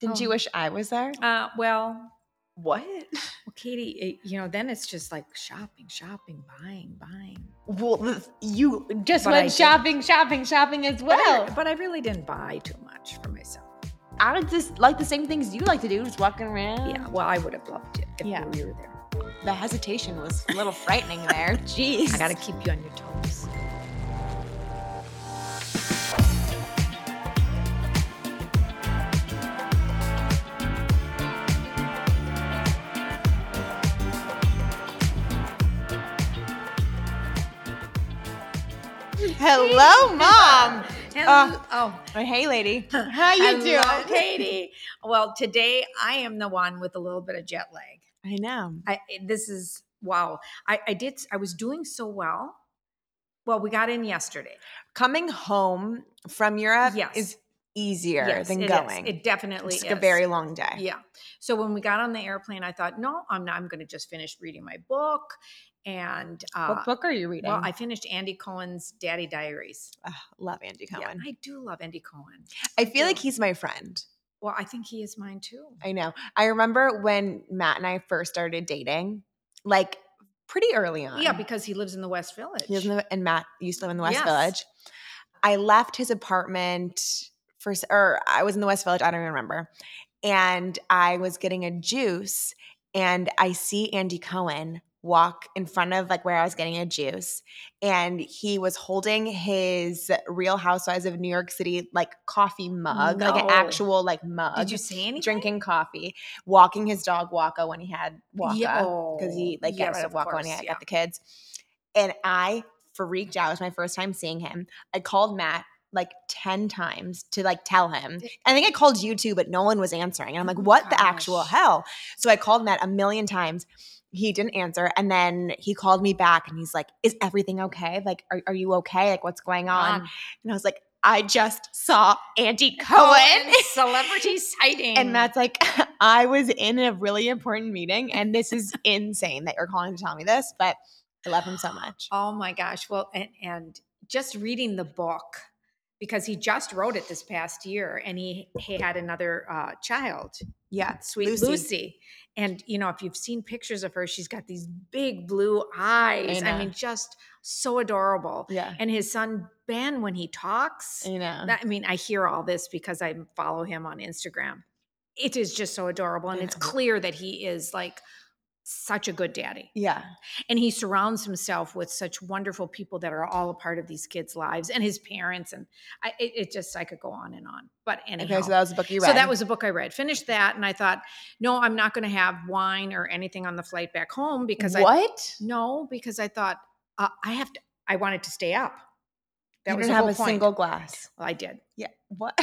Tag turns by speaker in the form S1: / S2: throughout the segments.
S1: Didn't you
S2: Oh.
S1: wish I was there?
S2: Uh, well,
S1: What?
S2: well, Katie, it, you know, then it's just like shopping, shopping, buying, buying.
S1: Well, th- you just
S2: But I
S1: went
S2: did-
S1: shopping, shopping, shopping as
S2: But I-
S1: well.
S2: but I really didn't buy too much for myself.
S1: I would just like the same things you like to do, just walking around.
S2: Yeah, well, I would have loved it if
S1: Yeah.
S2: we were there.
S1: The hesitation was a little frightening there. Jeez.
S2: I got to keep you on your toes.
S1: Hello, mom.
S2: Hello- oh,
S1: Or, hey, lady. How you
S2: hello,
S1: doing?
S2: Katie? Well, today I am the one with a little bit of jet lag.
S1: I know.
S2: I eh, this is wow. I, I did. I was doing so well. Well, we got in yesterday.
S1: Coming home from Europe
S2: Yes.
S1: is easier
S2: Yes,
S1: than
S2: it is.
S1: going.
S2: It definitely
S1: it's
S2: is
S1: like a very long day.
S2: Yeah. So when we got on the airplane, I thought, no, I'm not, I'm going to just finish reading my book. And uh,
S1: what book are you reading?
S2: well, I finished Andy Cohen's Daddy Diaries.
S1: Ugh, love Andy Cohen.
S2: Yeah, I do love Andy Cohen.
S1: I feel like
S2: do.
S1: he's my friend.
S2: Well, I think he is mine too.
S1: I know. I remember when Matt and I first started dating, like pretty early on.
S2: Yeah, because he lives in the West Village.
S1: he lives in the, and Matt used to live in the West
S2: Yes.
S1: Village. I left his apartment for, s- or I was in the West Village. I don't even remember. And I was getting a juice, and I see Andy Cohen walk in front of like where I was getting a juice, and he was holding his Real Housewives of New York City like coffee mug, like an
S2: No.
S1: actual like mug.
S2: Did you see anything?
S1: Drinking coffee, walking his dog Waka when he had Waka because he like got
S2: yes,
S1: rid of Walker when he
S2: course,
S1: had
S2: yeah.
S1: got the kids. And I freaked out. It was my first time seeing him. I called Matt like 10 times to like tell him. I think I called you too, but no one was answering. And I'm
S2: Oh
S1: like,
S2: my
S1: what the actual
S2: gosh.
S1: hell? So I called Matt a million times. He didn't answer. And then he called me back and he's like, Is everything okay? Like, are, are you okay? Like, what's going on?
S2: Ron
S1: And I was like, I just saw Andy
S2: Oh
S1: Cohen.
S2: Cohen celebrity sighting.
S1: And Matt's like, I was in a really important meeting, and this is insane that you're calling to tell me this, but I love him so much.
S2: Oh my gosh. Well, and, and just reading the book because he just wrote it this past year and he, he had another uh, child, uh,
S1: Yeah.
S2: sweet
S1: Lucy.
S2: Lucy. And, you know, if you've seen pictures of her, she's got these big blue eyes. I,
S1: know.
S2: mean, just so adorable.
S1: Yeah.
S2: And his son, Ben, when he talks,
S1: You know.
S2: that- I mean, I hear all this because I follow him on Instagram. It is just so adorable. And it's
S1: Yeah.
S2: clear that he is like such a good daddy
S1: yeah.
S2: and he surrounds himself with such wonderful people that are all a part of these kids' lives and his parents and I, it, it just I could go on and on. But anyhow,
S1: Okay, so that was the book you read.
S2: so that was a book I read. Finished that, and I thought, no, I'm not going to have wine or anything on the flight back home because I
S1: what?
S2: no because I thought uh, I have to. I wanted to stay up. That
S1: you
S2: was
S1: didn't
S2: the
S1: have
S2: whole
S1: a
S2: point.
S1: single glass.
S2: Well, I did.
S1: Yeah. What?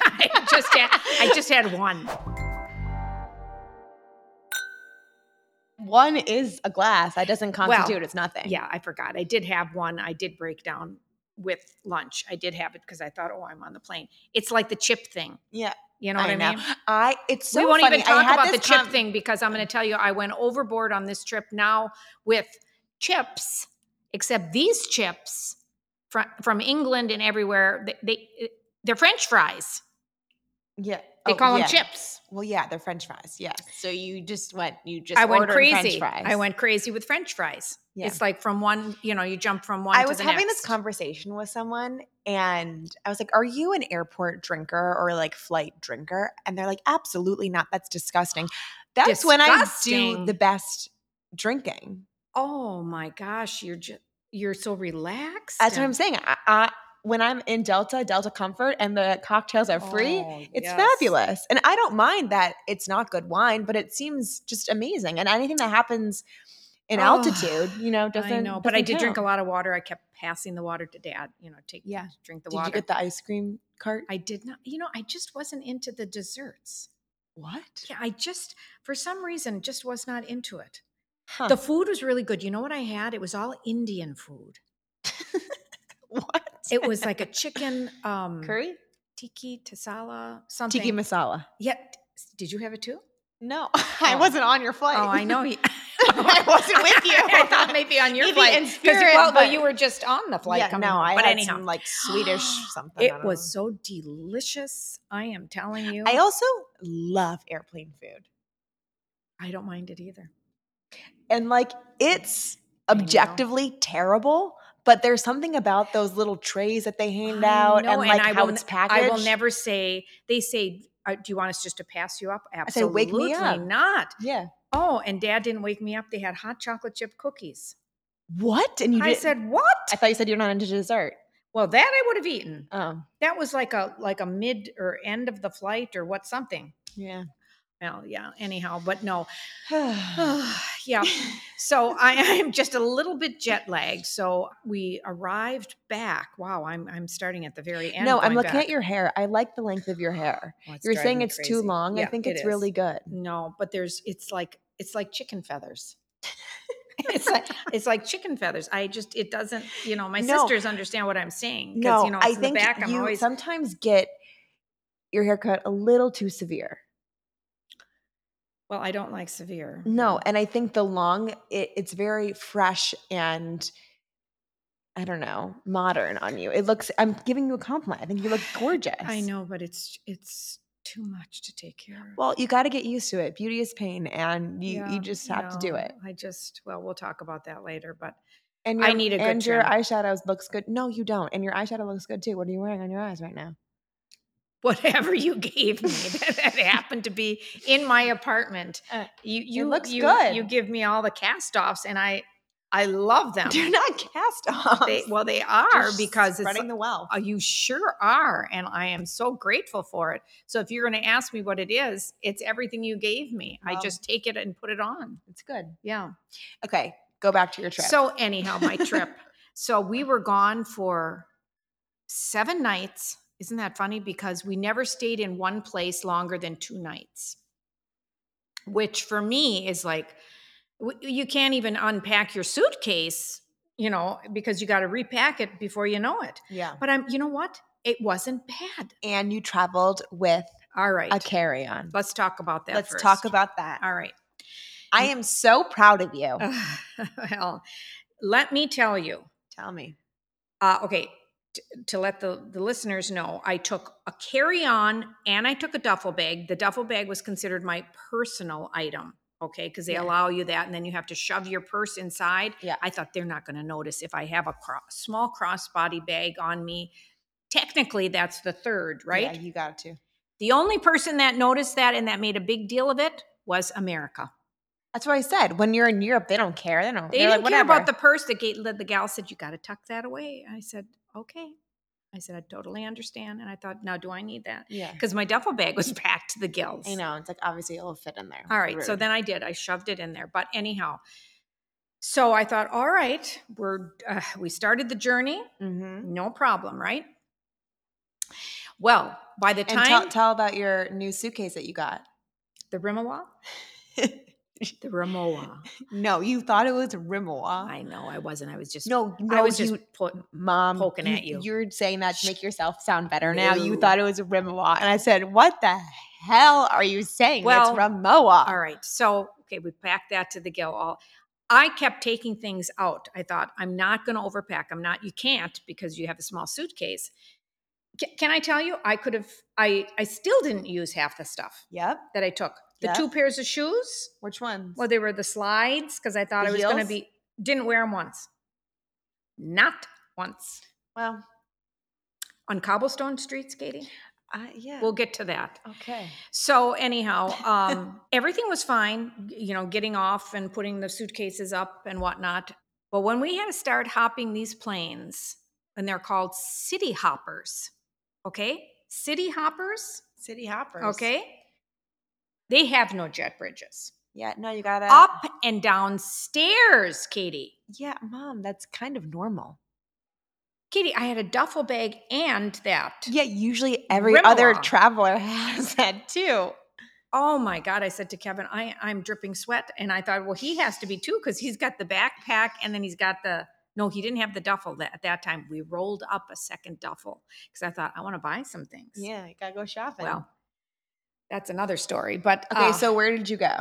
S2: I just had, I just had one.
S1: One is a glass. That doesn't
S2: Well,
S1: constitute. it's nothing.
S2: Yeah, I forgot. I did have one. I did break down with lunch. I did have it because I thought, oh, I'm on the plane. It's like the chip thing.
S1: Yeah.
S2: You know
S1: I
S2: what I,
S1: know.
S2: mean?
S1: I. It's so
S2: we won't
S1: funny.
S2: even
S1: I
S2: talk
S1: had
S2: about the
S1: this
S2: chip
S1: con-
S2: thing because I'm going to tell you I went overboard on this trip now with chips, except these chips from from England and everywhere. They, they they're French fries.
S1: Yeah.
S2: They
S1: Oh,
S2: call
S1: yeah.
S2: them chips.
S1: Well, yeah, they're French fries. Yeah. So you just went. You just.
S2: I went
S1: ordered French
S2: crazy.
S1: fries.
S2: I went crazy with French fries.
S1: Yeah.
S2: It's like from one, you know, you jump from one.
S1: I
S2: to
S1: was
S2: the
S1: having
S2: next.
S1: this conversation with someone and I was like, Are you an airport drinker or like flight drinker? And they're like, Absolutely not. That's disgusting. That's when I do
S2: Disgusting.
S1: the best drinking.
S2: oh my gosh, you're just you're so relaxed.
S1: That's what I'm saying. I, I, when I'm in Delta, Delta Comfort, and the cocktails are free,
S2: Oh,
S1: it's fabulous. And I don't mind that it's not good wine, but it seems just amazing. And anything that happens in
S2: Oh,
S1: altitude, you know, doesn't.
S2: I know, but I did
S1: doesn't
S2: drink a
S1: count.
S2: lot of water. I kept passing the water to Dad. You know, take
S1: Yeah.
S2: drink the
S1: Did
S2: water.
S1: you get the ice cream cart?
S2: I did not. You know, I just wasn't into the desserts.
S1: what?
S2: Yeah, I just for some reason just was not into it.
S1: Huh.
S2: The food was really good. You know what I had? It was all Indian food.
S1: what?
S2: It was like a chicken um,
S1: Curry?
S2: tiki tasala something.
S1: Tiki masala.
S2: Yeah. Did you have it too?
S1: No, I
S2: Oh.
S1: wasn't on your flight.
S2: Oh, I know. you-
S1: I wasn't with you.
S2: I thought maybe on your
S1: Maybe
S2: flight.
S1: in
S2: 'cause you-
S1: spirit,
S2: well, but
S1: but-
S2: you were just on the flight
S1: yeah,
S2: coming
S1: no,
S2: home.
S1: I
S2: but
S1: had
S2: anyhow,
S1: some like Swedish something. I
S2: it
S1: don't
S2: was so delicious. I am telling you,
S1: know. I also love airplane food,
S2: I don't mind it either.
S1: and like it's
S2: know.
S1: objectively terrible. But there's something about those little trays that they hand
S2: I
S1: out
S2: know,
S1: and
S2: and
S1: like
S2: I
S1: how
S2: will
S1: it's
S2: n-
S1: packaged.
S2: I will never say. They say, uh, "Do you want us just to pass you up?"
S1: said,
S2: Absolutely
S1: "Wake me up."
S2: not.
S1: Yeah.
S2: Oh, and Dad didn't wake me up. They had hot chocolate chip cookies.
S1: What? And you?
S2: I
S1: did,
S2: said, "What?"
S1: I thought you said you're not into dessert.
S2: Well, that I would have eaten.
S1: Oh,
S2: That was like a like a mid or end of the flight or what something.
S1: yeah.
S2: Well, yeah. Anyhow, but no.
S1: yeah.
S2: yeah. So I am just a little bit jet lagged. So we arrived back. Wow, I'm I'm starting at the very end.
S1: no, I'm
S2: going
S1: looking
S2: back.
S1: at your hair. I like the length of your hair.
S2: Oh, it's
S1: You're
S2: driving
S1: saying
S2: me
S1: it's too
S2: crazy.
S1: long. I
S2: Yeah,
S1: think
S2: it
S1: it's
S2: is.
S1: really good.
S2: No, but there's it's like it's like chicken feathers. it's like it's like chicken feathers. I just it doesn't, you know, my
S1: No.
S2: sisters understand what I'm saying. 'cause,
S1: No,
S2: you know,
S1: I
S2: it's in the
S1: think
S2: back, I'm
S1: you
S2: always-
S1: sometimes get your haircut a little too severe.
S2: well, I don't like severe.
S1: No, and I think the long it, it's very fresh and I don't know modern on you. It looks. I'm giving you a compliment. I think you look gorgeous.
S2: I know, but it's it's too much to take care of.
S1: Well, you got to get used to it. Beauty is pain, and you
S2: Yeah,
S1: you just have to do
S2: no,
S1: it.
S2: I just well, we'll talk about that later, but
S1: And
S2: I
S1: your,
S2: need a good
S1: and your
S2: trim.
S1: eyeshadows looks good. No, you don't. And your eyeshadow looks good too. What are you wearing on your eyes right now?
S2: whatever you gave me that, that happened to be in my apartment.
S1: Uh,
S2: You you
S1: looks
S2: you,
S1: good.
S2: you give me all the cast-offs and I I love them.
S1: They're not cast off.
S2: They, well, they are because it's
S1: spreading the wealth.
S2: uh, you sure are, and I am so grateful for it. So if you're going to ask me what it is, it's everything you gave me. I
S1: Wow.
S2: just take it and put it on.
S1: It's good.
S2: Yeah.
S1: Okay, go back to your trip.
S2: So anyhow, my trip. So we were gone for seven nights. Isn't that funny? Because we never stayed in one place longer than two nights, which for me is like w- you can't even unpack your suitcase, you know, because you got to repack it before you know it.
S1: yeah,
S2: But I'm, you know what? It wasn't bad.
S1: and you traveled with
S2: All right.
S1: a carry on.
S2: Let's talk about that.
S1: Let's
S2: first.
S1: talk about that.
S2: All right. Oh,
S1: I am so proud of you.
S2: well, let me tell you.
S1: Tell me.
S2: Uh, okay, t- to let the, the listeners know, I took a carry on and I took a duffel bag. The duffel bag was considered my personal item, okay, because they
S1: Yeah.
S2: allow you that, and then you have to shove your purse inside.
S1: Yeah.
S2: I thought they're not going to notice if I have a cro- small crossbody bag on me. Technically, that's the third, right?
S1: Yeah, you got it too.
S2: The only person that noticed that and that made a big deal of it was America.
S1: That's what I said. When you're in Europe, they don't care. They don't.
S2: They
S1: they're
S2: didn't
S1: like,
S2: care about
S1: "Whatever."
S2: the purse. The, gate, the gal said, "You got to tuck that away." I said, "Okay." I said, "I totally understand." And I thought, "Now, do I need that?"
S1: Yeah,
S2: Because my duffel bag was packed to the gills.
S1: I know. It's like obviously it'll fit in there.
S2: All right, so
S1: Rude.
S2: then I did. I shoved it in there. But anyhow, so I thought, "All right, we're uh, we started the journey,
S1: Mhm.
S2: no problem, right?" Well, by the
S1: And
S2: time
S1: tell, tell about your new suitcase that you got.
S2: the Rimawa, the Rimowa.
S1: no, you thought it was Rimowa.
S2: I know I wasn't. I was just
S1: No, no,
S2: I was just
S1: you,
S2: put,
S1: mom
S2: poking at you.
S1: You're saying that to make yourself sound better. Now you
S2: No.
S1: thought it was Rimowa, and I said, "What the hell are you saying?
S2: Well,
S1: it's Rimowa."
S2: All right. So, okay, we packed that to the gill. All I kept taking things out. I thought I'm not going to overpack. I'm not. You can't because you have a small suitcase. C- can I tell you? I could have. I I still didn't use half the stuff
S1: Yep.
S2: that I took. The
S1: Yeah.
S2: two pairs of shoes.
S1: Which ones?
S2: Well, they were the slides because I thought
S1: The
S2: I was going to
S1: heels?
S2: be. Didn't wear them once. Not once
S1: well,
S2: on cobblestone streets, Katie.
S1: I, yeah.
S2: We'll get to that.
S1: okay.
S2: So anyhow, um, everything was fine. You know, getting off and putting the suitcases up and whatnot. But when we had to start hopping these planes, and they're called city hoppers, okay, city hoppers,
S1: City hoppers.
S2: okay, they have no jet bridges.
S1: Yeah. No, you gotta.
S2: Up and down stairs, Katie.
S1: Yeah, mom. That's kind of normal.
S2: Katie, I had a duffel bag and that.
S1: Yeah. Usually, every other
S2: Rimowa.
S1: traveler has that too.
S2: oh my god i said to kevin i i'm dripping sweat and i thought well he has to be too because he's got the backpack and then he's got the no he didn't have the duffel that, at that time we rolled up a second duffel because i thought i want to buy some things
S1: Yeah, you gotta go shopping.
S2: well that's another story but
S1: Okay,
S2: uh,
S1: so where did you go?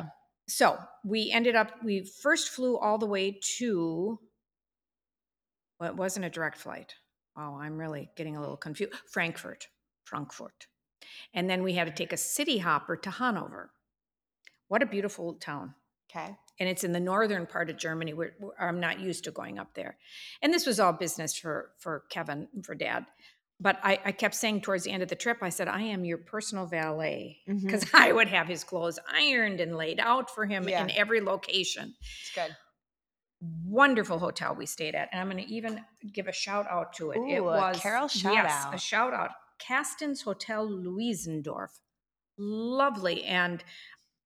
S2: so we ended up we first flew all the way to well it wasn't a direct flight oh i'm really getting a little confused frankfurt frankfurt and then we had to take a city hopper to hanover what a beautiful town
S1: Okay.
S2: and it's in the northern part of Germany. Where, where I'm not used to going up there, and this was all business for for Kevin for Dad. But I, I kept saying towards the end of the trip, I said, "I am your personal valet,"
S1: Mhm.
S2: because I would have his clothes ironed and laid out for him
S1: Yeah.
S2: in every location.
S1: It's good.
S2: Wonderful hotel we stayed at, and I'm going to even give a shout out to it. it
S1: Ooh, a
S2: was
S1: Carol shout
S2: yes, a
S1: out.
S2: shout out. Kasten's Hotel Luisendorf, lovely, and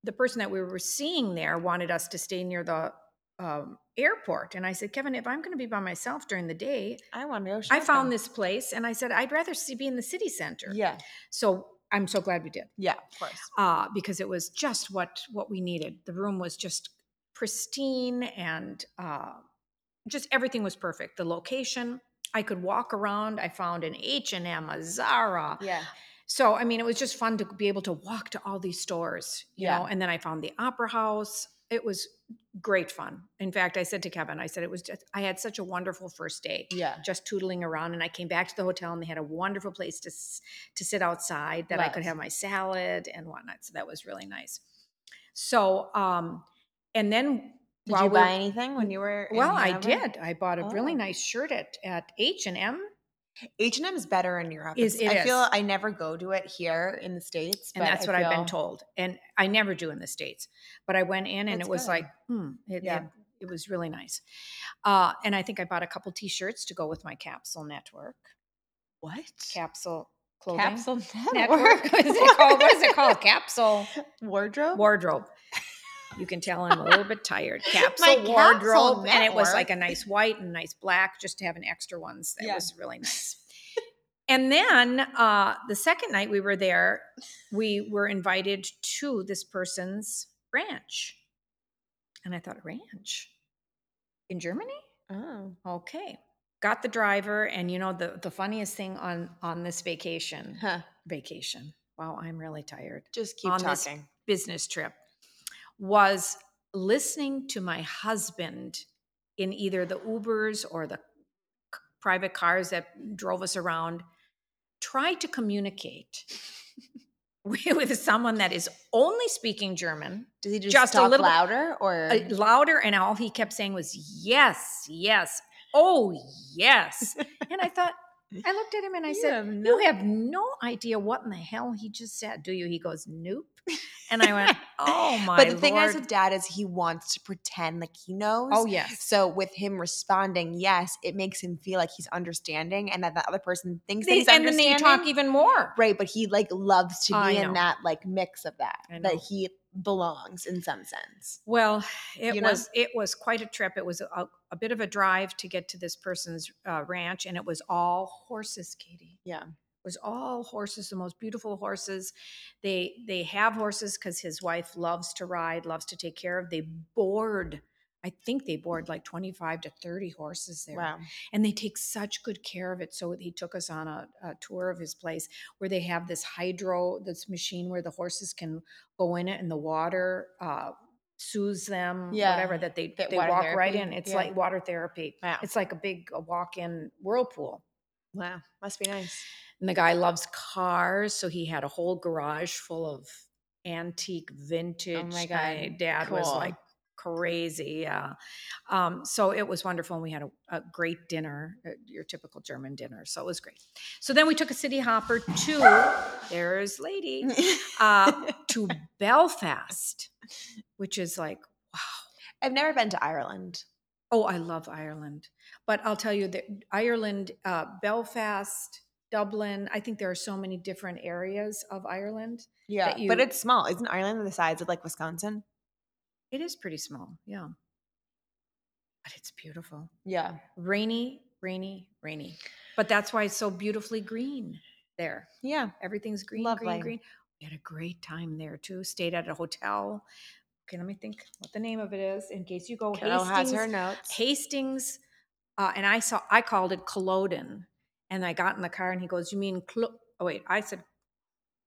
S2: the person that we were seeing there wanted us to stay near the um, airport, and I said, Kevin, if I'm going to be by myself during the day,
S1: I want to go
S2: I found
S1: shopping.
S2: this place, and I said I'd rather see, be in the city center.
S1: Yeah.
S2: So I'm so glad we did
S1: Yeah. Of course.
S2: uh, because it was just what what we needed. The room was just pristine and uh, just everything was perfect. The location, I could walk around. I found an H and M, a Zara.
S1: Yeah.
S2: So I mean, it was just fun to be able to walk to all these stores, you
S1: Yeah.
S2: know. And then I found the Opera House. It was great fun. In fact, I said to Kevin, I said it was. Just, I had such a wonderful first day
S1: Yeah.
S2: just tootling around and I came back to the hotel and they had a wonderful place to s- to sit outside that I could
S1: Nice.
S2: have my salad and whatnot. So that was really nice. So um and then
S1: Did
S2: while
S1: you
S2: we-
S1: buy anything when you were? in
S2: well, I
S1: Hanover?
S2: did. I bought a really
S1: Oh.
S2: nice shirt at at H and M,
S1: H and M H&M is better in Europe.
S2: Is-
S1: It's-
S2: it
S1: I feel
S2: is.
S1: I never go to it here in the states,
S2: and
S1: but
S2: that's
S1: I
S2: what I've been
S1: feel-
S2: told. And I never do in the states, but I went in and
S1: That's
S2: it was
S1: good.
S2: like, hmm, it,
S1: Yeah.
S2: it, it was really nice. Uh, and I think I bought a couple T-shirts to go with my capsule network,
S1: What
S2: capsule clothing.
S1: capsule
S2: network.
S1: network?
S2: What is it called? What is it called? Capsule
S1: Wardrobe.
S2: wardrobe. You can tell I'm a little bit tired. Capsule
S1: My capsule
S2: wardrobe, and it was like a
S1: network.
S2: nice white and nice black, just to have an extra ones. That
S1: Yeah.
S2: was really nice. and then uh, the second night we were there, we were invited to this person's ranch, and I thought ranch in Germany.
S1: oh.
S2: Okay, got the driver, and you know the the funniest thing on on this vacation
S1: Huh.
S2: vacation. Wow, I'm really tired
S1: Just keep
S2: On this-
S1: talking.
S2: business trip was listening to my husband in either the Ubers or the c- private cars that drove us around try to communicate with someone that is only speaking German
S1: Does he just,
S2: Just a
S1: talk
S2: little bit-
S1: louder or?
S2: uh, louder and all he kept saying was yes yes oh yes and i thought i looked at him and i
S1: You
S2: said
S1: have
S2: you have no idea what in the hell he just said do you he goes nope and i went oh my
S1: but the thing
S2: Lord.
S1: is with dad is he wants to pretend like he knows.
S2: oh yes
S1: So with him responding yes, it makes him feel like he's understanding and that the other person thinks that
S2: They-
S1: he's
S2: and then
S1: understanding.
S2: they talk even more
S1: right, but he like loves to be
S2: I know.
S1: in that like mix of that.
S2: I
S1: That
S2: know.
S1: he belongs in some sense.
S2: well it
S1: You know?
S2: was it was quite a trip it was a, a bit of a drive to get to this person's uh, ranch and it was all horses katie
S1: Yeah.
S2: was all horses the most beautiful horses they they have horses because his wife loves to ride loves to take care of they board i think they board like 25 to 30 horses there
S1: Wow.
S2: and they take such good care of it so he took us on a, a tour of his place where they have this hydro this machine where the horses can go in it and the water uh, soothes them
S1: Yeah.
S2: whatever that they,
S1: Get
S2: they
S1: water
S2: walk right
S1: therapy.
S2: in it's
S1: Yeah.
S2: like water therapy
S1: Wow.
S2: it's like a big uh, walk-in whirlpool
S1: Wow. Must be nice.
S2: and the guy loves cars, so he had a whole garage full of antique, vintage.
S1: Oh God,
S2: dad was
S1: cool.
S2: like crazy. Yeah. Um, so it was wonderful. And we had a, a great dinner, uh, your typical German dinner. So it was great. So then we took a city hopper to, there's Lady, uh, to Belfast, which is like,
S1: I've never been to Ireland.
S2: Oh, I love Ireland. But I'll tell you that Ireland, uh, Belfast, Dublin, I think there are so many different areas of Ireland.
S1: Yeah.
S2: that you-
S1: but it's small. Isn't Ireland the size of like Wisconsin?
S2: It is pretty small, yeah. But it's beautiful.
S1: Yeah.
S2: Rainy, rainy, rainy. But that's why it's so beautifully green there.
S1: Yeah.
S2: Everything's green, green,
S1: Lovely.
S2: green. We had a great time there too. Stayed at a hotel. Okay, let me think what the name of it is in case you go
S1: Carol has
S2: Hastings.
S1: her notes.
S2: Hastings, uh, and I saw I called it Culloden, and I got in the car, and he goes, "You mean Clo?" Oh wait, I said,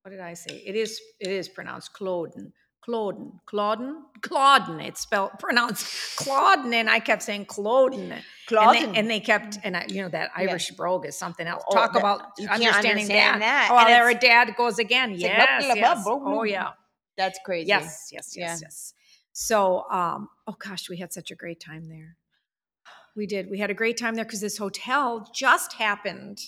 S2: "What did I say?" It is it is pronounced Culloden, Clauden, Clauden, Clauden. It's spelled pronounced Clauden, and I kept saying Clauden. And,
S1: Clauden.
S2: they, and they kept, and I, you know, that
S1: Mm. Yeah.
S2: Irish brogue is something else.
S1: Oh,
S2: Talk
S1: that-
S2: about
S1: you can't
S2: understanding
S1: understand that,
S2: that. Oh,
S1: and
S2: there a
S1: it's-
S2: dad goes again.
S1: it's like, blah,
S2: Yes,
S1: blah, blah,
S2: yes.
S1: blah, blah,
S2: Oh,
S1: blah.
S2: yeah.
S1: That's crazy.
S2: Yes, yes, yes,
S1: Yeah.
S2: yes. So, um, oh gosh, we had such a great time there. We did. We had a great time there because this hotel just happened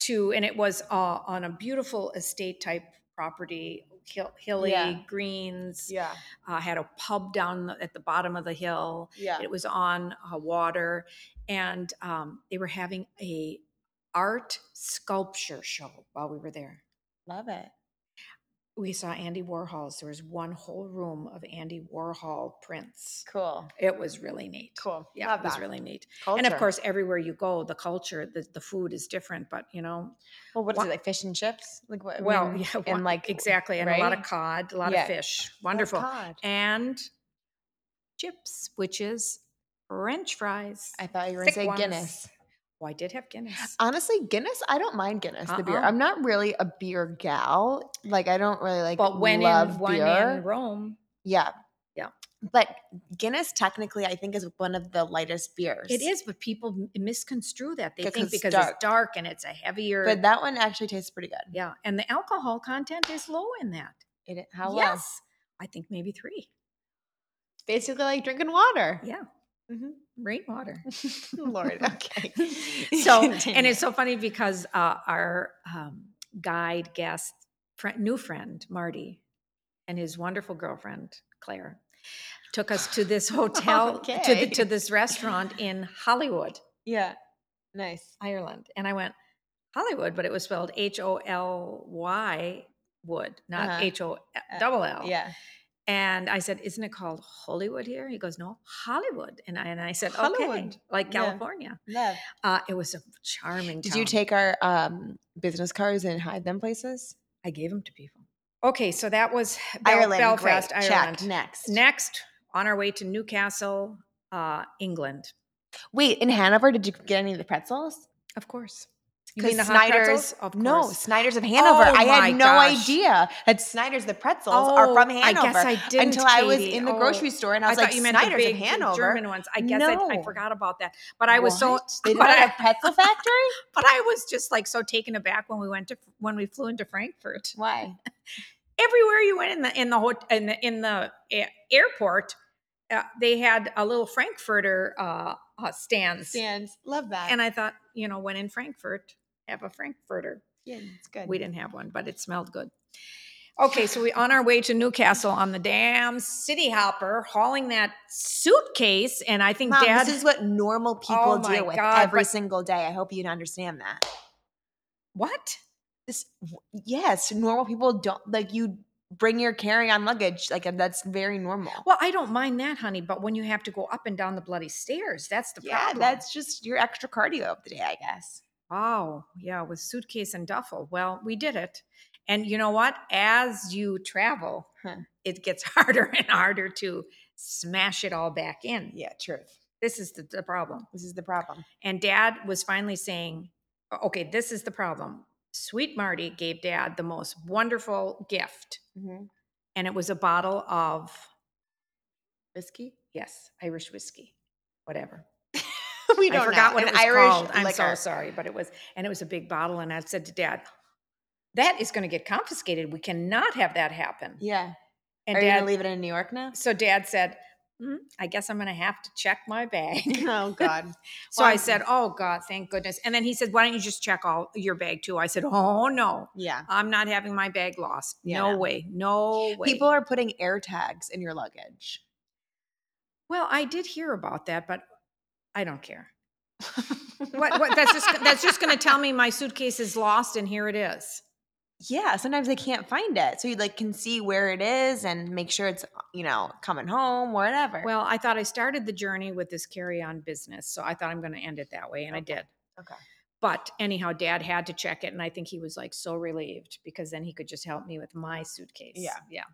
S2: to, and it was uh, on a beautiful estate type property, hill, hilly
S1: Yeah.
S2: greens.
S1: Yeah.
S2: Uh, had a pub down the- at the bottom of the hill.
S1: Yeah.
S2: It was on uh, water, and um, they were having a art sculpture show while we were there
S1: Love it.
S2: we saw Andy Warhol's. There was one whole room of Andy Warhol prints.
S1: Cool.
S2: It was really neat.
S1: Cool.
S2: Yeah,
S1: Love
S2: it was
S1: that.
S2: really neat.
S1: Culture.
S2: And of course, everywhere you go, the culture, the, the food is different. But you know,
S1: well, what is
S2: wha-
S1: it like? Fish and chips? Like what? I
S2: well,
S1: mean,
S2: yeah, one-
S1: and like
S2: exactly, and a lot of
S1: right?
S2: cod, a lot
S1: Yeah.
S2: of fish, wonderful,
S1: God.
S2: and chips, which is French fries.
S1: I thought you were going to
S2: thick
S1: say
S2: ones.
S1: Guinness.
S2: Oh, I did have Guinness.
S1: Honestly, Guinness. I don't mind Guinness. The beer.
S2: Uh-uh.
S1: I'm not really a beer gal. Like I don't really like.
S2: but when
S1: love
S2: in when
S1: beer.
S2: in Rome,
S1: Yeah.
S2: Yeah.
S1: But Guinness technically I think is one of the lightest beers.
S2: it is. But people m- misconstrue that. They
S1: Because
S2: think
S1: it's
S2: because
S1: dark.
S2: it's dark and it's a heavier.
S1: But that one actually tastes pretty good.
S2: Yeah, and the alcohol content is low in that.
S1: It, how uh, well?
S2: yes, I think maybe three.
S1: Basically like drinking water.
S2: Yeah, rainwater.
S1: Lord. Okay.
S2: So, and
S1: Continue.
S2: it's so funny because uh, our um, guide guest, friend, new friend Marty, and his wonderful girlfriend Claire, took us to this hotel to, the,
S1: Okay.
S2: to this restaurant in Hollywood,
S1: yeah. Nice.
S2: Ireland, and I went Hollywood, but it was spelled H O L Y Wood,
S1: Uh-huh.
S2: not H O double L.
S1: Yeah.
S2: And I said, "Isn't it called Hollywood here?" He goes, "No, Hollywood." And I and I said,
S1: Hollywood.
S2: "Okay, like
S1: Yeah.
S2: California."
S1: Love.
S2: Uh, it was a charming.
S1: Did you
S2: town.
S1: take our um, business cards and hide them places?
S2: I gave them to people. Okay, so that was Bel-
S1: Ireland.
S2: Belfast,
S1: great.
S2: Ireland.
S1: Check. Next.
S2: Next, on our way to Newcastle, uh, England.
S1: Wait, in Hanover, did you get any of the pretzels?
S2: Of course, You
S1: Because
S2: mean the hot
S1: Snyder's,
S2: pretzels? Of
S1: no,
S2: course.
S1: Snyder's of Hanover.
S2: Oh
S1: I
S2: my
S1: had no
S2: gosh. Oh,
S1: idea that Snyder's the pretzels are from
S2: I
S1: Hanover.
S2: guess I didn't
S1: until I was
S2: Katie.
S1: in the
S2: Oh,
S1: grocery store and I
S2: I,
S1: was
S2: thought
S1: like,
S2: you meant the
S1: Snyder's
S2: big
S1: of Hanover.
S2: German ones. I guess I, I
S1: No.
S2: forgot about that, but I was so.
S1: What? they did
S2: but
S1: not
S2: I-
S1: have pretzel factory.
S2: But I was just like so taken aback when we went to when we flew into Frankfurt.
S1: Why?
S2: everywhere you went in the in the hot in the in the a- airport, uh, they had a little Frankfurter uh, uh, stands,
S1: Stands. Love that.
S2: and I thought, you know, when in Frankfurt, have a Frankfurter.
S1: yeah, it's good.
S2: We didn't have one, but it smelled good. Okay, so we on our way to Newcastle on the damn city hopper, hauling that suitcase, and I think
S1: Mom,
S2: Dad.
S1: this is what normal people
S2: Oh my
S1: deal with
S2: God,
S1: every
S2: but-
S1: single day. I hope you understand that.
S2: what?
S1: This, yes, normal people don't like you bring your carry-on luggage. Like and that's very normal.
S2: Well, I don't mind that, honey, but when you have to go up and down the bloody stairs, that's the
S1: yeah,
S2: problem.
S1: that's just your extra cardio of the day, I guess.
S2: Oh, yeah, with suitcase and duffel. Well, we did it. And you know what? As you travel,
S1: Huh.
S2: it gets harder and harder to smash it all back in.
S1: Yeah, truth.
S2: This is the, the problem.
S1: This is the problem.
S2: And dad was finally saying, "O- okay, this is the problem. Sweet Marty gave dad the most wonderful gift,
S1: Mm-hmm.
S2: and it was a bottle of,
S1: Whiskey?
S2: yes, Irish whiskey, whatever.
S1: we
S2: I
S1: don't
S2: forgot
S1: know.
S2: what
S1: An
S2: it was
S1: Irish
S2: called. I'm so
S1: liquor.
S2: sorry, but it was, and it was a big bottle. And I said to Dad, "That is going to get confiscated. We cannot have that happen."
S1: Yeah.
S2: And
S1: Are you
S2: Dad,
S1: gonna leave it in New York now?
S2: so Dad said, "Mm, "I guess I'm going to have to check my bag."
S1: oh God.
S2: so
S1: Well,
S2: I said, "Oh God, thank goodness." And then he said, "Why don't you just check all your bag too?" I said, "Oh no,
S1: Yeah.
S2: I'm not having my bag lost.
S1: Yeah,
S2: no,
S1: no.
S2: way, no way."
S1: People are putting air tags in your luggage.
S2: well, I did hear about that, but I don't care. What? What? That's just that's just going to tell me my suitcase is lost, and here it is.
S1: yeah, sometimes they can't find it. So you like can see where it is and make sure it's, you know, coming home, whatever.
S2: Well, I thought I started the journey with this carry on business. So I thought I'm going to end it that way. And
S1: Okay,
S2: I did.
S1: okay.
S2: But anyhow, dad had to check it. And I think he was like so relieved because then he could just help me with my suitcase.
S1: Yeah.
S2: Yeah.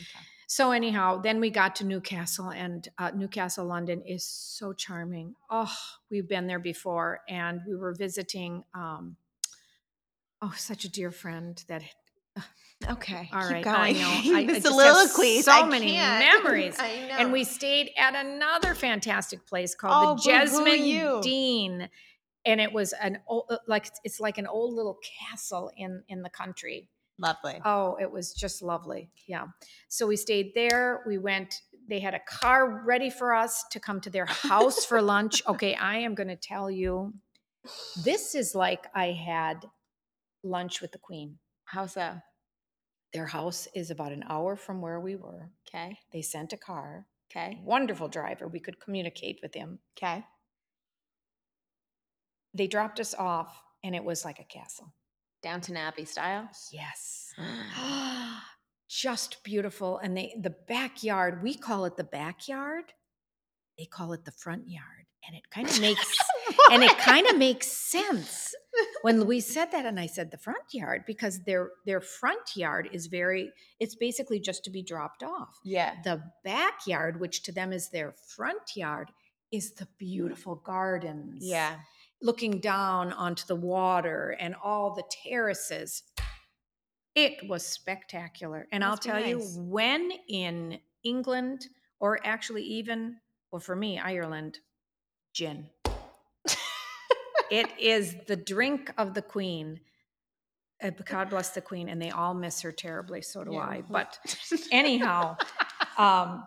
S1: Okay.
S2: So, anyhow, then we got to Newcastle, and uh, Newcastle, London is so charming. Oh, we've been there before, and we were visiting, um, oh, such a dear friend that
S1: Okay.
S2: All
S1: keep
S2: right,
S1: Going.
S2: I know. I- I
S1: the
S2: just have
S1: soliloquies.
S2: so
S1: I
S2: many
S1: can't.
S2: memories.
S1: I know.
S2: And we stayed at another fantastic place called
S1: Oh,
S2: the
S1: boo-hoo
S2: Jesmond
S1: you.
S2: Dean. And it was an old, like it's like an old little castle in in the country.
S1: lovely.
S2: Oh, it was just lovely. Yeah. So we stayed there. We went, they had a car ready for us to come to their house for lunch. Okay, I am going to tell you this is like I had lunch with the queen.
S1: How so?
S2: Their house is about an hour from where we were.
S1: Okay.
S2: They sent a car,
S1: Okay.
S2: wonderful driver. We could communicate with him.
S1: Okay.
S2: They dropped us off, and it was like a castle.
S1: Downton Abbey style.
S2: Yes. just beautiful and they the backyard we call it the backyard they call it the front yard and it kind of makes and it kind of makes sense when louise said that and i said the front yard because their their front yard is very it's basically just to be dropped off
S1: yeah.
S2: the backyard which to them is their front yard is the beautiful gardens
S1: Yeah.
S2: looking down onto the water and all the terraces. It was spectacular. And
S1: Must be
S2: I'll tell
S1: nice.
S2: you, when in England, or actually even, well, for me, Ireland, gin. it is the drink of the queen. Uh, God bless the queen. And they all miss her terribly. So do
S1: Yeah.
S2: I. But anyhow, um,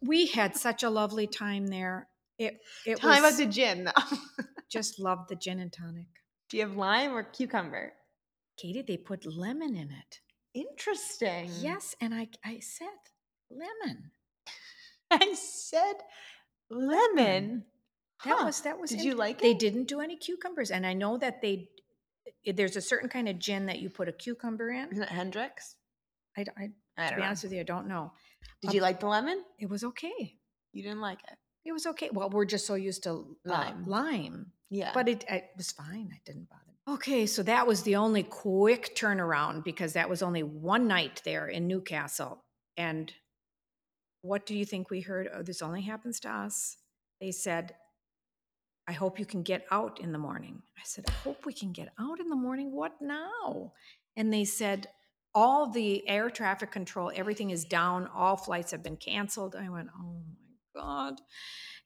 S2: we had such a lovely time there. It, it
S1: Tell me about
S2: was
S1: the gin. though.
S2: just loved the gin and tonic.
S1: Do you have lime or cucumber?
S2: Katie, they put lemon in it.
S1: Interesting.
S2: Yes, and I, I said lemon.
S1: I said Mm-hmm. lemon.
S2: That
S1: Huh.
S2: was that was.
S1: Did
S2: in-
S1: you like
S2: They
S1: it?
S2: didn't do any cucumbers, and I know that they. i- There's a certain kind of gin that you put a cucumber in.
S1: Isn't it Hendrix?
S2: I, I-
S1: I
S2: to
S1: don't
S2: be
S1: know.
S2: honest with you, I don't know.
S1: Did you like the lemon?
S2: It was okay.
S1: You didn't like it.
S2: It was okay. Well, we're just so used to uh,
S1: Lime.
S2: lime,
S1: Yeah.
S2: but it, it was fine. I didn't bother. me. Okay, so that was the only quick turnaround because that was only one night there in Newcastle. And what do you think we heard? Oh, this only happens to us. They said, I hope you can get out in the morning. I said, I hope we can get out in the morning. What now? And they said, all the air traffic control, everything is down. All flights have been canceled. I went, oh my God.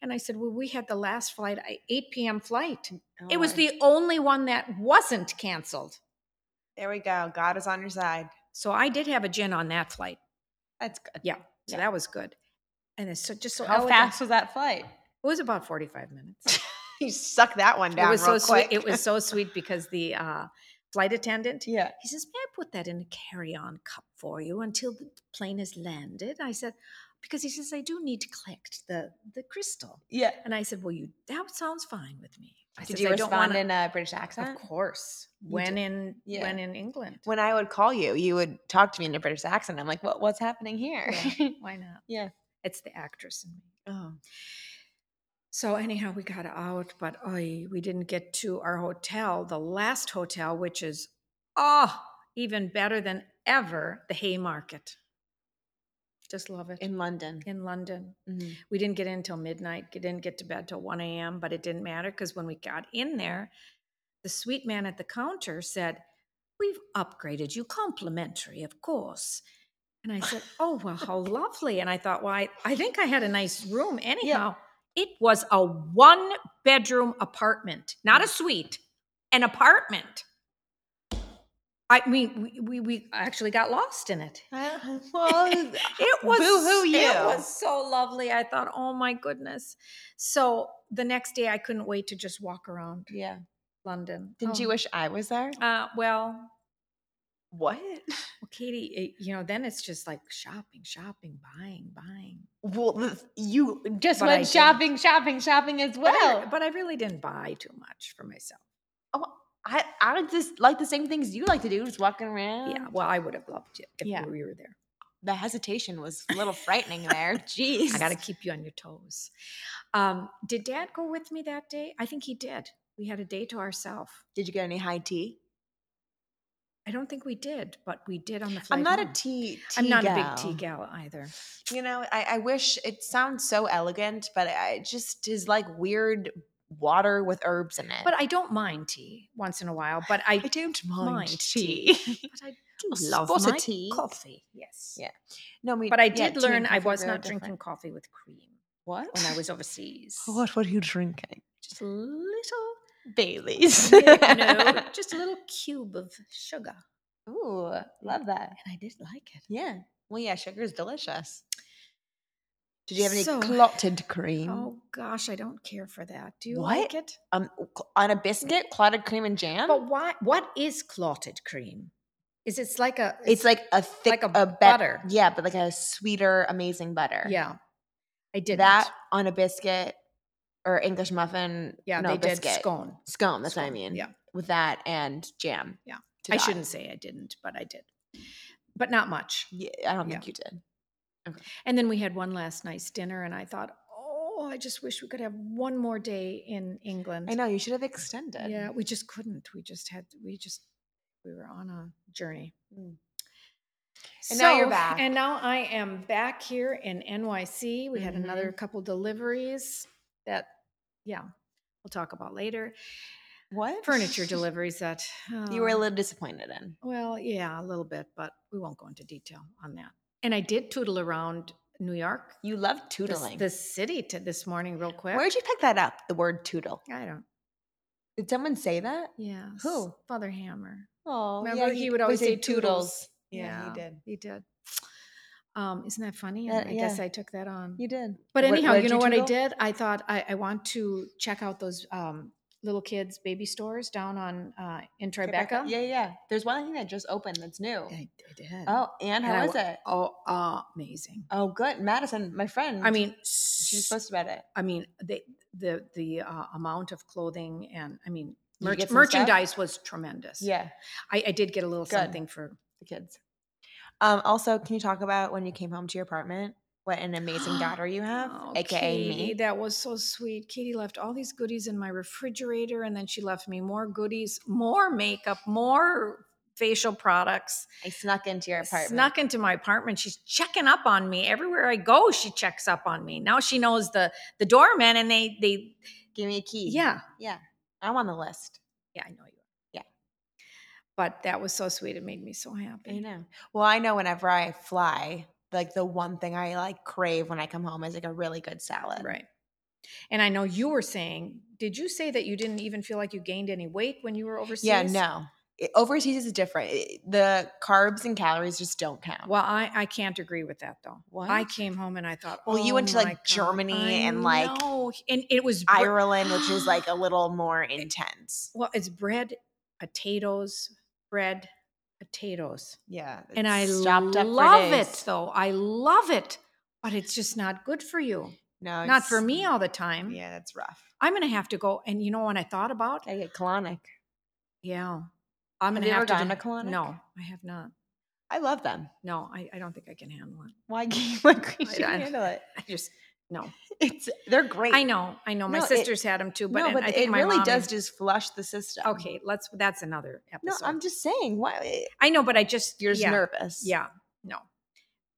S2: And I said, well, we had the last flight, I- 8 p.m. flight.
S1: Oh
S2: It was
S1: my-
S2: the only one that wasn't canceled.
S1: There we go. God is on your side.
S2: So I did have a gin on that flight.
S1: That's good.
S2: So
S1: Yeah.
S2: that was good. And it's so just so
S1: How
S2: elegant.
S1: fast was that flight?
S2: It was about 45 minutes.
S1: You suck that one down.
S2: it was so
S1: real quick.
S2: sweet. It was so sweet because the uh, flight attendant,
S1: Yeah.
S2: he says, May I put that in a carry on cup for you until the plane has landed? I said, Because he says, I do need to collect the, the crystal.
S1: Yeah.
S2: And I said, Well, you that sounds fine with me. I
S1: Did
S2: says,
S1: you
S2: "I don't
S1: respond
S2: wanna-"
S1: in a British accent?
S2: Of course.
S1: You
S2: When
S1: did.
S2: in
S1: Yeah.
S2: when in England.
S1: When I would call you, you would talk to me in a British accent. I'm like, what, what's happening here?
S2: Yeah, why not?
S1: Yeah.
S2: It's the actress in me.
S1: Oh.
S2: So anyhow, we got out, but oy, we didn't get to our hotel, the last hotel, which is oh even better than ever, the Haymarket. Just love it
S1: In London.
S2: in London.
S1: Mhm.
S2: We didn't get in till midnight. We didn't get to bed till 1 a.m., but it didn't matter because when we got in there, the sweet man at the counter said, We've upgraded you complimentary, of course. And I said, Oh, well, how lovely. And I thought, Well, I, I think I had a nice room anyhow. It was a one bedroom apartment, not a suite, an apartment. I mean, we, we, we actually got lost in it.
S1: I- Mm-hmm. well,
S2: It was
S1: Boo-hoo
S2: It
S1: you.
S2: was so lovely. I thought, oh my goodness. So the next day, I couldn't wait to just walk around
S1: yeah.
S2: London.
S1: Didn't
S2: Oh.
S1: you wish I was there?
S2: Uh, well,
S1: What?
S2: well, Katie, it, you know, then it's just like shopping, shopping, buying, buying.
S1: Well, th- you just
S2: But I
S1: went
S2: did.
S1: shopping, shopping, shopping as
S2: But I-
S1: well.
S2: but I really didn't buy too much for myself.
S1: I, I would just like the same things you like to do, just walking around.
S2: Yeah. Well, I would have loved it if
S1: Yeah.
S2: we were there.
S1: The hesitation was a little frightening there. Jeez.
S2: I got to keep you on your toes. Um, did Dad go with me that day? I think he did. We had a day to ourselves.
S1: Did you get any high tea?
S2: I don't think we did, but we did on the flight.
S1: hmm. I'm not a
S2: home.
S1: tea. tea
S2: I'm not a
S1: gal.
S2: big tea gal either.
S1: You know, I, I wish it sounds so elegant, but I it just is like weird water with herbs in it.
S2: But I don't mind tea once in a while. But I,
S1: don't
S2: mind tea. but I Love
S1: spot of
S2: my
S1: tea.
S2: coffee. Yes.
S1: Yeah. No, we,
S2: But I
S1: yeah,
S2: did
S1: tea and
S2: learn I
S1: coffee are
S2: was
S1: very
S2: not drinking
S1: different.
S2: coffee with cream
S1: What?
S2: when I was overseas.
S1: What were you drinking?
S2: Just a little
S1: Bailey's.
S2: Yeah, no, just a little cube of sugar.
S1: Ooh, love that.
S2: And I did like it.
S1: Yeah. Well, yeah, sugar is delicious. Did you have any
S2: So-
S1: clotted cream?
S2: Oh gosh, I don't care for that. Do you
S1: Mm. What?
S2: like it?
S1: Um, cl- on a biscuit, clotted cream and jam.
S2: But why what is clotted cream? Is it's like a
S1: it's like a thick,
S2: a
S1: bet-
S2: butter.
S1: Yeah, but like a sweeter, amazing butter.
S2: Yeah. I did
S1: that on a biscuit or English muffin.
S2: Yeah,
S1: no,
S2: they
S1: biscuit.
S2: did scone.
S1: Scone, that's what I
S2: Scone,
S1: mean.
S2: yeah.
S1: with that and jam.
S2: Yeah.
S1: to
S2: I
S1: that.
S2: shouldn't say I didn't, but I did. But not much.
S1: Yeah, I don't think you did.
S2: And then we had one last night's dinner and I thought, "Oh, I just wish we could have one more day in England."
S1: I know you should have extended.
S2: Yeah, we just couldn't. We just had we just we were on a journey.
S1: Mm. And now you're back.
S2: And now I am back here in NYC. We had
S1: Mm-hmm.
S2: another couple deliveries that yeah, we'll talk about later.
S1: What
S2: Furniture deliveries that
S1: You were a
S2: um,
S1: little disappointed in.
S2: well, yeah, a little bit, but we won't go into detail on that. And I did tootle around New York,
S1: You love
S2: the-
S1: tootling.
S2: the city to this morning real quick.
S1: Where'd you pick that up? The word tootle.
S2: I don't.
S1: Did someone say that?
S2: Yeah.
S1: Who?
S2: Father Hammer.
S1: Oh,
S2: Remember, he would always say toodles.
S1: Yeah, he did.
S2: He did. Um, isn't that funny?
S1: That-
S2: And I guess
S1: yeah.
S2: I took that on.
S1: You did.
S2: But
S1: What-
S2: anyhow,
S1: what
S2: you know what I
S1: toodle?
S2: did? I thought I, I want to check out those um, little kids' baby stores down on uh, in Tribeca.
S1: Yeah, yeah. There's one thing that just opened that's new.
S2: I, I did.
S1: Oh, and how
S2: And I
S1: was
S2: wa-
S1: it?
S2: Oh, uh, amazing.
S1: Oh, good. Madison, my friend.
S2: I mean,
S1: she was
S2: s-
S1: posted about it.
S2: I mean, the the the uh, amount of clothing and I mean,
S1: Did you
S2: merch-
S1: get some stuff?
S2: merchandise was tremendous.
S1: Yeah,
S2: I, I did get a little
S1: Good.
S2: something for
S1: the kids. Um, also, can you talk about when you came home to your apartment? What an amazing daughter you have,
S2: Oh,
S1: aka
S2: Katie,
S1: me.
S2: That was so sweet. Katie left all these goodies in my refrigerator, and then she left me more goodies, more makeup, more facial products.
S1: I snuck into your apartment.
S2: Snuck into my apartment. She's checking up on me everywhere I go. She checks up on me. Now she knows the the doorman, and they they
S1: Give me a key.
S2: yeah
S1: yeah. I'm on the list.
S2: yeah I know you.
S1: Yeah.
S2: But that was so sweet. It made me so happy.
S1: I know. Well, I know whenever I fly, like the one thing I like crave when I come home is like a really good salad.
S2: Right. And I know you were saying, did you say that you didn't even feel like you gained any weight when you were overseas?
S1: Yeah, no. It- overseas is different. It- the carbs and calories just don't count.
S2: Well, I, I can't agree with that though. I
S1: What?
S2: came home and I thought,
S1: Well, you
S2: "Oh
S1: went to, like,
S2: my God,
S1: Germany
S2: I
S1: and, like,
S2: know." and it was bre-
S1: Ireland, which is like a little more intense.
S2: well, it's bread, potatoes, bread, potatoes,
S1: Yeah.
S2: and I
S1: stopped up for
S2: love it
S1: days.
S2: though. I love it, but it's just not good for you.
S1: No,
S2: Not
S1: it's-
S2: for me all the time.
S1: Yeah, that's rough.
S2: I'm gonna have to go. And you know what I thought about?
S1: I get colonic.
S2: Yeah,
S1: Have
S2: I'm gonna
S1: you
S2: have
S1: ever
S2: to
S1: gone
S2: do-
S1: to colonic?
S2: No, I have not.
S1: I love them.
S2: No, I, I don't think I can handle it.
S1: Why can't why can't
S2: I
S1: you
S2: don't-
S1: handle it?
S2: I just no.
S1: It's they're great.
S2: I know, I know. My
S1: No, it-
S2: sisters had them too, but,
S1: no,
S2: and
S1: but
S2: I think
S1: it
S2: my
S1: really
S2: mom
S1: does
S2: and-
S1: just flush the system.
S2: Okay, let's. That's another
S1: Um, No,
S2: episode.
S1: I'm just saying. Why
S2: I know, but I just
S1: you're just
S2: yeah,
S1: nervous?
S2: Yeah, no.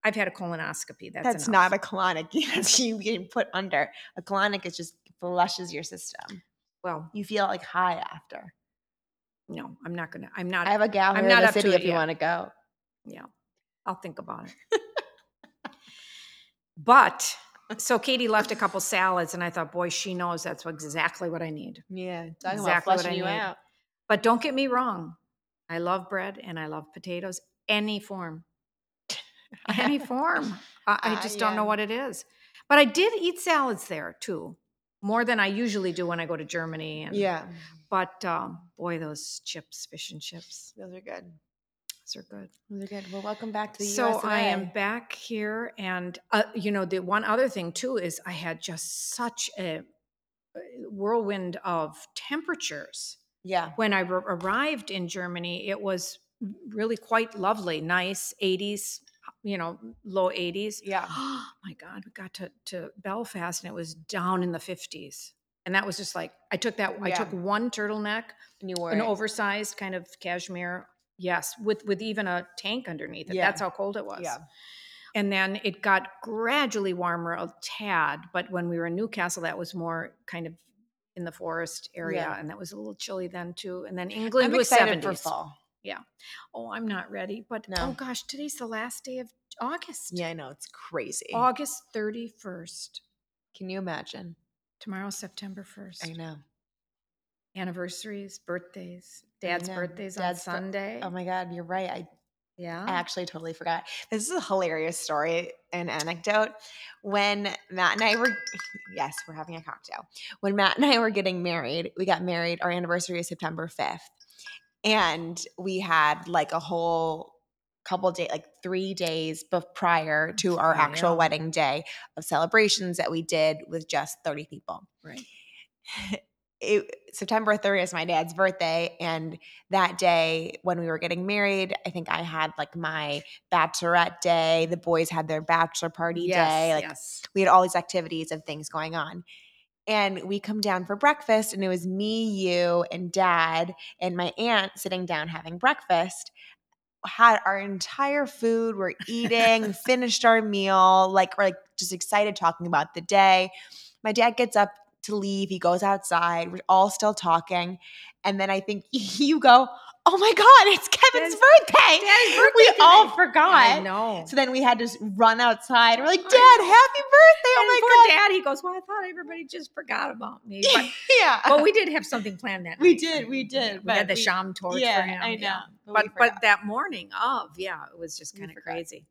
S2: I've had a colonoscopy. That's,
S1: that's not
S2: enough.
S1: a colonic. Yes, you getting put under a colonic. It just flushes your system.
S2: well.
S1: You feel like high after.
S2: No, I'm not gonna. I'm not.
S1: I have a gal
S2: I'm
S1: here
S2: not
S1: in the
S2: up to
S1: city
S2: it
S1: if you
S2: yet.
S1: want to go.
S2: yeah, I'll think about it. but so Katie left a couple salads, and I thought, boy, she knows that's what- exactly what I need.
S1: Yeah, talking
S2: talking about
S1: about
S2: Exactly what
S1: flushing
S2: flushing I
S1: you
S2: you need.
S1: out.
S2: out. But don't get me wrong, I love bread and I love potatoes, any form, any form. I,
S1: Ah,
S2: I just don't know
S1: yeah.
S2: what it is. But I did eat salads there too, more than I usually do when I go to Germany. And
S1: Yeah,
S2: But um, boy, those chips, fish and chips,
S1: those are good.
S2: those are good.
S1: Those are good. Well, welcome back to the
S2: So
S1: US of
S2: I
S1: A.
S2: am back here, and uh, you know the one other thing too is I had just such a uh, whirlwind of temperatures
S1: Yeah,
S2: when I r- arrived in Germany. It was really quite lovely, nice 80s, you know, low 80s.
S1: yeah.
S2: Oh my God, we got to, to Belfast and it was down in the 50s. And that was just like, I took that, I
S1: Yeah.
S2: took one turtleneck,
S1: And you were
S2: an oversized kind of cashmere. Yes, with with even a tank underneath it.
S1: Yeah.
S2: That's how cold it was.
S1: Yeah.
S2: And then it got gradually warmer a tad, but when we were in Newcastle, that was more kind of in the forest area,
S1: Yeah.
S2: and that was a little chilly then too. And then England
S1: I'm
S2: was
S1: excited for
S2: seventies.
S1: fall.
S2: Yeah. Oh, I'm not ready. But
S1: No.
S2: oh gosh, today's the last day of August.
S1: Yeah, I know. It's crazy.
S2: August 31st.
S1: Can you imagine?
S2: Tomorrow's September 1st.
S1: I know.
S2: Anniversaries, birthdays. Dad's
S1: know.
S2: birthday's
S1: Dad's bir-
S2: on Sunday.
S1: Oh my God, you're right. I
S2: yeah.
S1: I actually totally forgot. This is a hilarious story and anecdote. When Matt and I were, yes, we're having a cocktail. When Matt and I were getting married, we got married. Our anniversary is September 5th. And we had like a whole couple days, like three days bef- prior to our
S2: Yeah.
S1: actual wedding day of celebrations that we did with just 30 people
S2: right.
S1: it, September 30th is my dad's birthday. And that day when we were getting married, I think I had like my bachelorette day. The boys had their bachelor party
S2: Yes,
S1: day. Like
S2: yes.
S1: we had all these activities of things going on. And we come down for breakfast, and it was me, you, and dad, and my aunt sitting down having breakfast. Had our entire food, we're eating, finished our meal, like we're like just excited talking about the day. My dad gets up to leave, he goes outside, we're all still talking. And then I think you go, Oh my God, it's Kevin's
S2: Dad's-
S1: birthday.
S2: Dad's birthday
S1: we all
S2: today. I
S1: forgot.
S2: know.
S1: So then we had to s- run outside. We're like, Dad, happy birthday.
S2: and
S1: Oh
S2: poor
S1: my God.
S2: dad, he goes, Well, I thought everybody just forgot about me. But
S1: Oh yeah.
S2: well, we did have something planned that
S1: We
S2: night.
S1: did, we did,
S2: we
S1: but
S2: had the
S1: we-
S2: sham torch
S1: yeah,
S2: for him.
S1: I know.
S2: yeah.
S1: But,
S2: But
S1: we
S2: but
S1: forgot.
S2: that morning of, yeah, it was just
S1: We
S2: kind of
S1: forgot.
S2: crazy.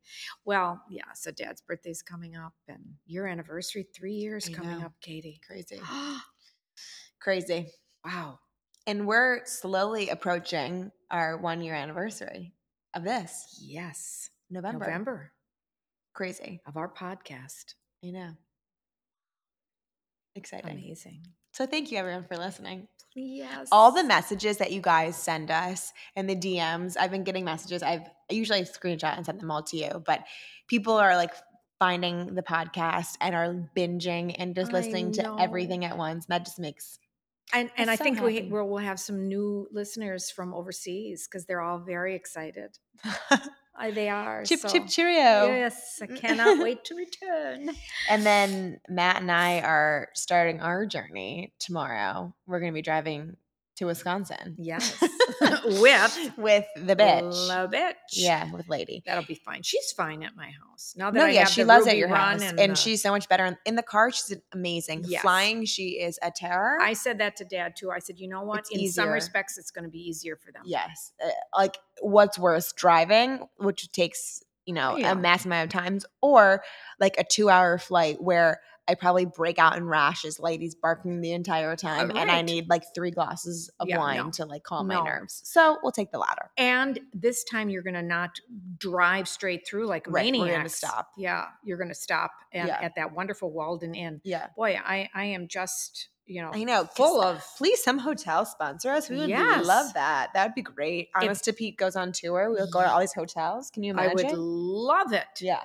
S2: Well, yeah, so dad's birthday's coming up and your anniversary, three years
S1: I
S2: coming
S1: know.
S2: up, Katie.
S1: crazy, crazy.
S2: wow.
S1: And we're slowly approaching our one year anniversary of this
S2: Yes.
S1: November.
S2: November
S1: Crazy.
S2: of our podcast.
S1: I know. Exciting.
S2: Amazing.
S1: So thank you everyone for listening.
S2: Yes.
S1: All the messages that you guys send us and the DMs, I've been getting messages. I've I usually screenshot and send them all to you, but people are like finding the podcast and are binging and just
S2: I
S1: listening to
S2: know.
S1: everything at once. That just makes
S2: and and
S1: I'm
S2: I
S1: so
S2: think we
S1: happy.
S2: we'll, we'll have some new listeners from overseas because they're all very excited. Uh, they are.
S1: chip Mm.
S2: so-
S1: chip cheerio.
S2: Yes, I cannot wait to return.
S1: And then Matt and I are starting our journey tomorrow. We're going to be driving to Wisconsin.
S2: Yes. With
S1: with the bitch.
S2: La bitch.
S1: yeah, with lady.
S2: That'll be fine. She's fine at my house. Now Oh, that
S1: No,
S2: I
S1: yeah,
S2: have
S1: she
S2: the
S1: loves it at
S2: Ruby
S1: your
S2: Run
S1: house, and,
S2: the-
S1: she's so much better in, in the car. She's amazing.
S2: Yes.
S1: Flying, she is a terror.
S2: I said that to dad too. I said, you know what?
S1: It's
S2: In some
S1: easier.
S2: respects, it's going to be easier for them.
S1: yes, Uh, like what's worse, driving, which takes you know
S2: Oh, Yeah.
S1: a mass amount of times, or like a two-hour flight where I probably break out in rashes, ladies barking the entire time, and I
S2: Uh, right.
S1: need like three glasses of
S2: Yeah,
S1: wine
S2: no.
S1: to like calm my
S2: No.
S1: nerves. So we'll take the latter.
S2: And this time, you're going to not drive straight through like a
S1: Right, we're gonna
S2: maniac.
S1: stop.
S2: Yeah, you're going to stop and,
S1: Yeah.
S2: at that wonderful Walden Inn.
S1: Yeah,
S2: Boy, I I am just you know
S1: I know. 'cause
S2: full of
S1: please some hotel sponsor us. We would
S2: Yes.
S1: love that. That'd be great. Honest to Pete goes on tour. We'll go to all these hotels. Can you
S2: I
S1: imagine?
S2: would love it.
S1: yeah.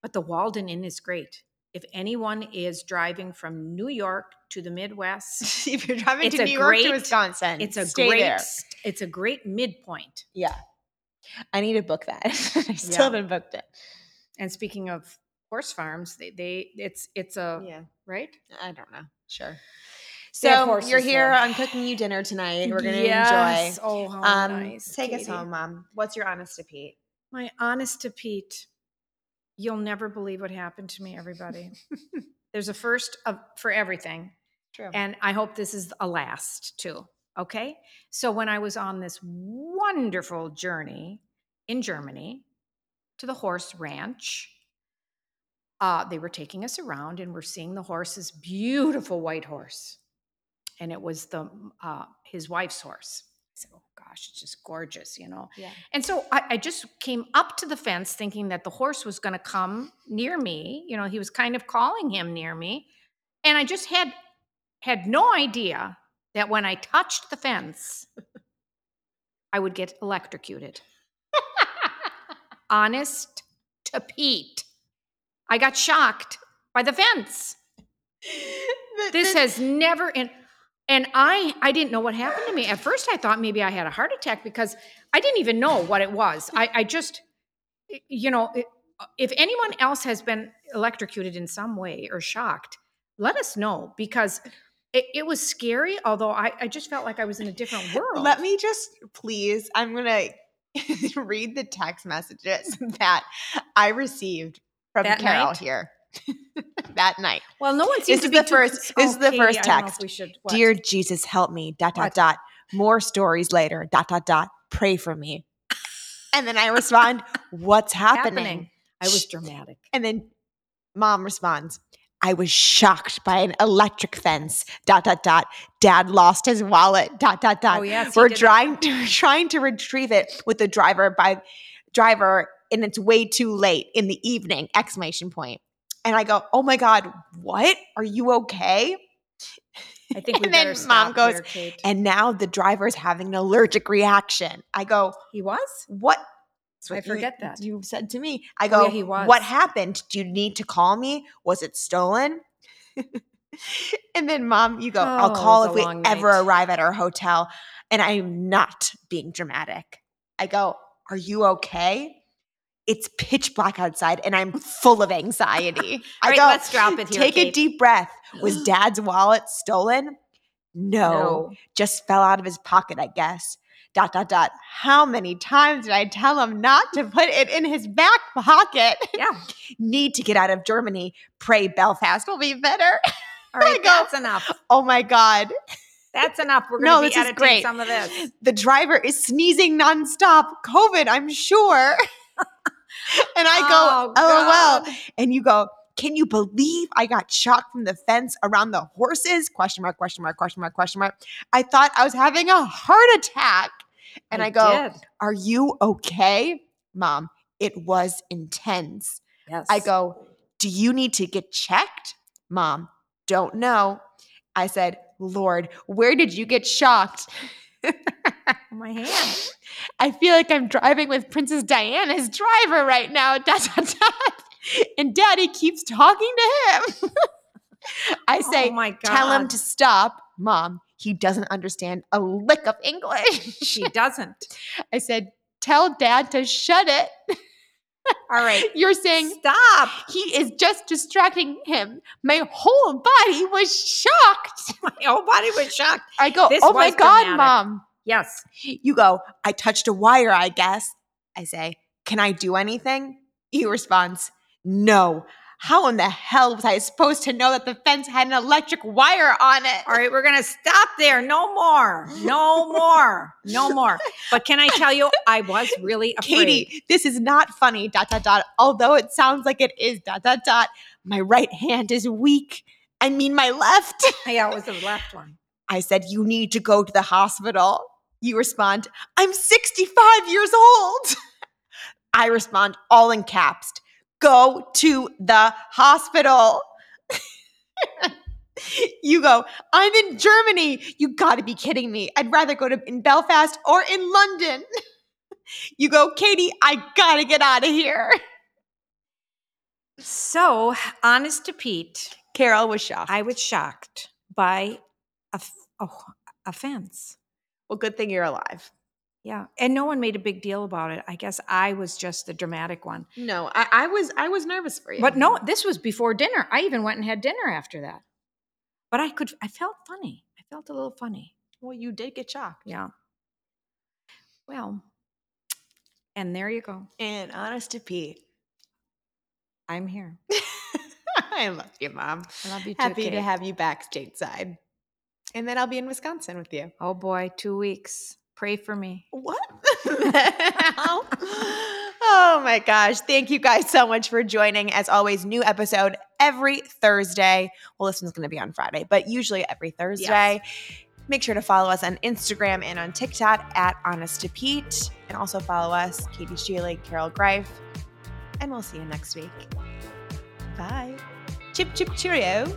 S2: But the Walden Inn is great. If anyone is driving from New York to the Midwest,
S1: if you're driving
S2: It's
S1: to
S2: a
S1: New York to
S2: great-
S1: Wisconsin,
S2: it's a
S1: stay
S2: great
S1: there.
S2: st- it's a great midpoint.
S1: Yeah. I need to book that. I still
S2: Yeah.
S1: haven't booked it.
S2: And speaking of horse farms, they, they it's it's a
S1: Yeah.
S2: right?
S1: I don't know. Sure.
S2: They have
S1: So
S2: horses
S1: you're here.
S2: there.
S1: I'm cooking you dinner tonight. We're gonna
S2: Yes.
S1: enjoy.
S2: Oh, how
S1: Um,
S2: nice.
S1: take us
S2: Katie.
S1: home, Mom. What's your honest to Pete?
S2: My honest to Pete, you'll never believe what happened to me, everybody. There's a first of, for everything.
S1: True.
S2: And I hope this is a last too. Okay. So when I was on this wonderful journey in Germany to the horse ranch, uh, they were taking us around and we're seeing the horse's beautiful white horse. And it was the uh, his wife's horse. I said, Oh gosh, it's just gorgeous, you know.
S1: yeah.
S2: And so I, I just came up to the fence thinking that the horse was going to come near me. You know, he was kind of calling him near me. And I just had had no idea that when I touched the fence, I would get electrocuted. Honest to Pete. I got shocked by the fence. This has never in and I I didn't know what happened to me. At first I thought maybe I had a heart attack because I didn't even know what it was. I, I just you know, it- if anyone else has been electrocuted in some way or shocked, let us know because It, it was scary, although I, I just felt like I was in a different world.
S1: Let me just please, I'm going to read the text messages that I received from
S2: That
S1: Carol
S2: night?
S1: here that night.
S2: Well, no one
S1: This
S2: seems
S1: is
S2: to be
S1: the
S2: too
S1: first- this is the
S2: Okay,
S1: first
S2: I don't know if
S1: text.
S2: we should- what?
S1: Dear Jesus, help me. Dot dot
S2: What?
S1: dot. More stories later. Dot dot dot. Pray for me. And then I respond, "What's happening?"
S2: I was dramatic.
S1: And then mom responds, "I was shocked by an electric fence." Dot dot dot. Dad lost his wallet. Dot dot dot.
S2: Oh yes, he
S1: We're
S2: did that.
S1: trying to trying to retrieve it with the driver by driver, and it's way too late in the evening! Exclamation point. And I go, "Oh my god, what? Are you okay?"
S2: I think we
S1: And then
S2: better
S1: mom
S2: stop
S1: goes,
S2: here, Kate.
S1: And now the driver's having an allergic reaction. I go,
S2: he was.
S1: What? That's
S2: I
S1: what you-
S2: forget that.
S1: You said to me, I
S2: Oh,
S1: go,
S2: yeah, he was.
S1: What happened? Do you need to call me? Was it stolen? and then, mom, you go,
S2: Oh, it
S1: I'll
S2: was
S1: call
S2: a
S1: if we
S2: long
S1: ever
S2: night.
S1: arrive at our hotel. And I'm not being dramatic. I go, Are you okay? It's pitch black outside and I'm full of anxiety. I
S2: All right,
S1: go,
S2: let's drop it here.
S1: Take a
S2: Kate.
S1: deep breath. Was dad's wallet stolen? no just fell out of his pocket, I guess. Dot dot dot. How many times did I tell him not to put it in his back pocket?
S2: Yeah.
S1: Need to get out of Germany. Pray Belfast will be better.
S2: All right.
S1: go.
S2: That's enough.
S1: Oh my God.
S2: That's enough. We're
S1: No,
S2: going to
S1: this
S2: be
S1: is
S2: editing
S1: great.
S2: some of this.
S1: The driver is sneezing nonstop. COVID, I'm sure. and I go,
S2: Oh,
S1: LOL. And you go, can you believe I got shot from the fence around the horses? Question mark, question mark, question mark, question mark. I thought I was having a heart attack. And I, go,
S2: did.
S1: Are you okay? Mom, it was intense.
S2: Yes.
S1: I go, Do you need to get checked? Mom, don't know. I said, Lord, where did you get shocked?
S2: Oh, My hand.
S1: I feel like I'm driving with Princess Diana's driver right now. Dot, dot, dot. And daddy keeps talking to him. I say,
S2: oh my God.
S1: Tell him to stop. Mom, he doesn't understand a lick of English.
S2: She doesn't.
S1: I said, Tell dad to shut it.
S2: All right.
S1: You're saying
S2: Stop.
S1: He is just distracting him. My whole body was shocked.
S2: My whole body was shocked.
S1: I go,
S2: This
S1: Oh my
S2: was
S1: God,
S2: dramatic.
S1: mom.
S2: Yes.
S1: You go, I touched a wire, I guess. I say, Can I do anything? He responds, No. How in the hell was I supposed to know that the fence had an electric wire on it?
S2: All right, we're going to stop there. No more. No more. No more. But can I tell you, I was really afraid.
S1: Katie, this is not funny, dot, dot, dot. Although it sounds like it is, dot, dot, dot. My right hand is weak. I mean, my left.
S2: Yeah, it was the left one.
S1: I said, You need to go to the hospital. You respond, I'm 65 years old. I respond, all in caps, Go to the hospital. you go, I'm in Germany. You gotta be kidding me. I'd rather go to in Belfast or in London. you go, Katie, I gotta get out of here.
S2: So, honest to Pete,
S1: Carol was shocked.
S2: I was shocked by a, f- a wh- a fence.
S1: well, good thing you're alive.
S2: Yeah. And no one made a big deal about it. I guess I was just the dramatic one.
S1: No, I, I was I was nervous for you.
S2: But no, this was before dinner. I even went and had dinner after that. But I could, I felt funny. I felt a little funny.
S1: Well, you did get shocked.
S2: Yeah. Well, and there you go.
S1: And honest to Pete,
S2: I'm here.
S1: I love you, Mom.
S2: I love you too.
S1: Happy to
S2: Kate.
S1: have you back stateside. And then I'll be in Wisconsin with you.
S2: Oh boy, two weeks. Pray for me.
S1: What? oh my gosh. Thank you guys so much for joining. As always, new episode every Thursday. Well, this one's going to be on Friday, but usually every Thursday. Make sure to follow us on Instagram and on TikTok at Honest to Pete. And also follow us, Katie Sheely, Carol Greif. And we'll see you next week. Bye. Chip, chip, cheerio.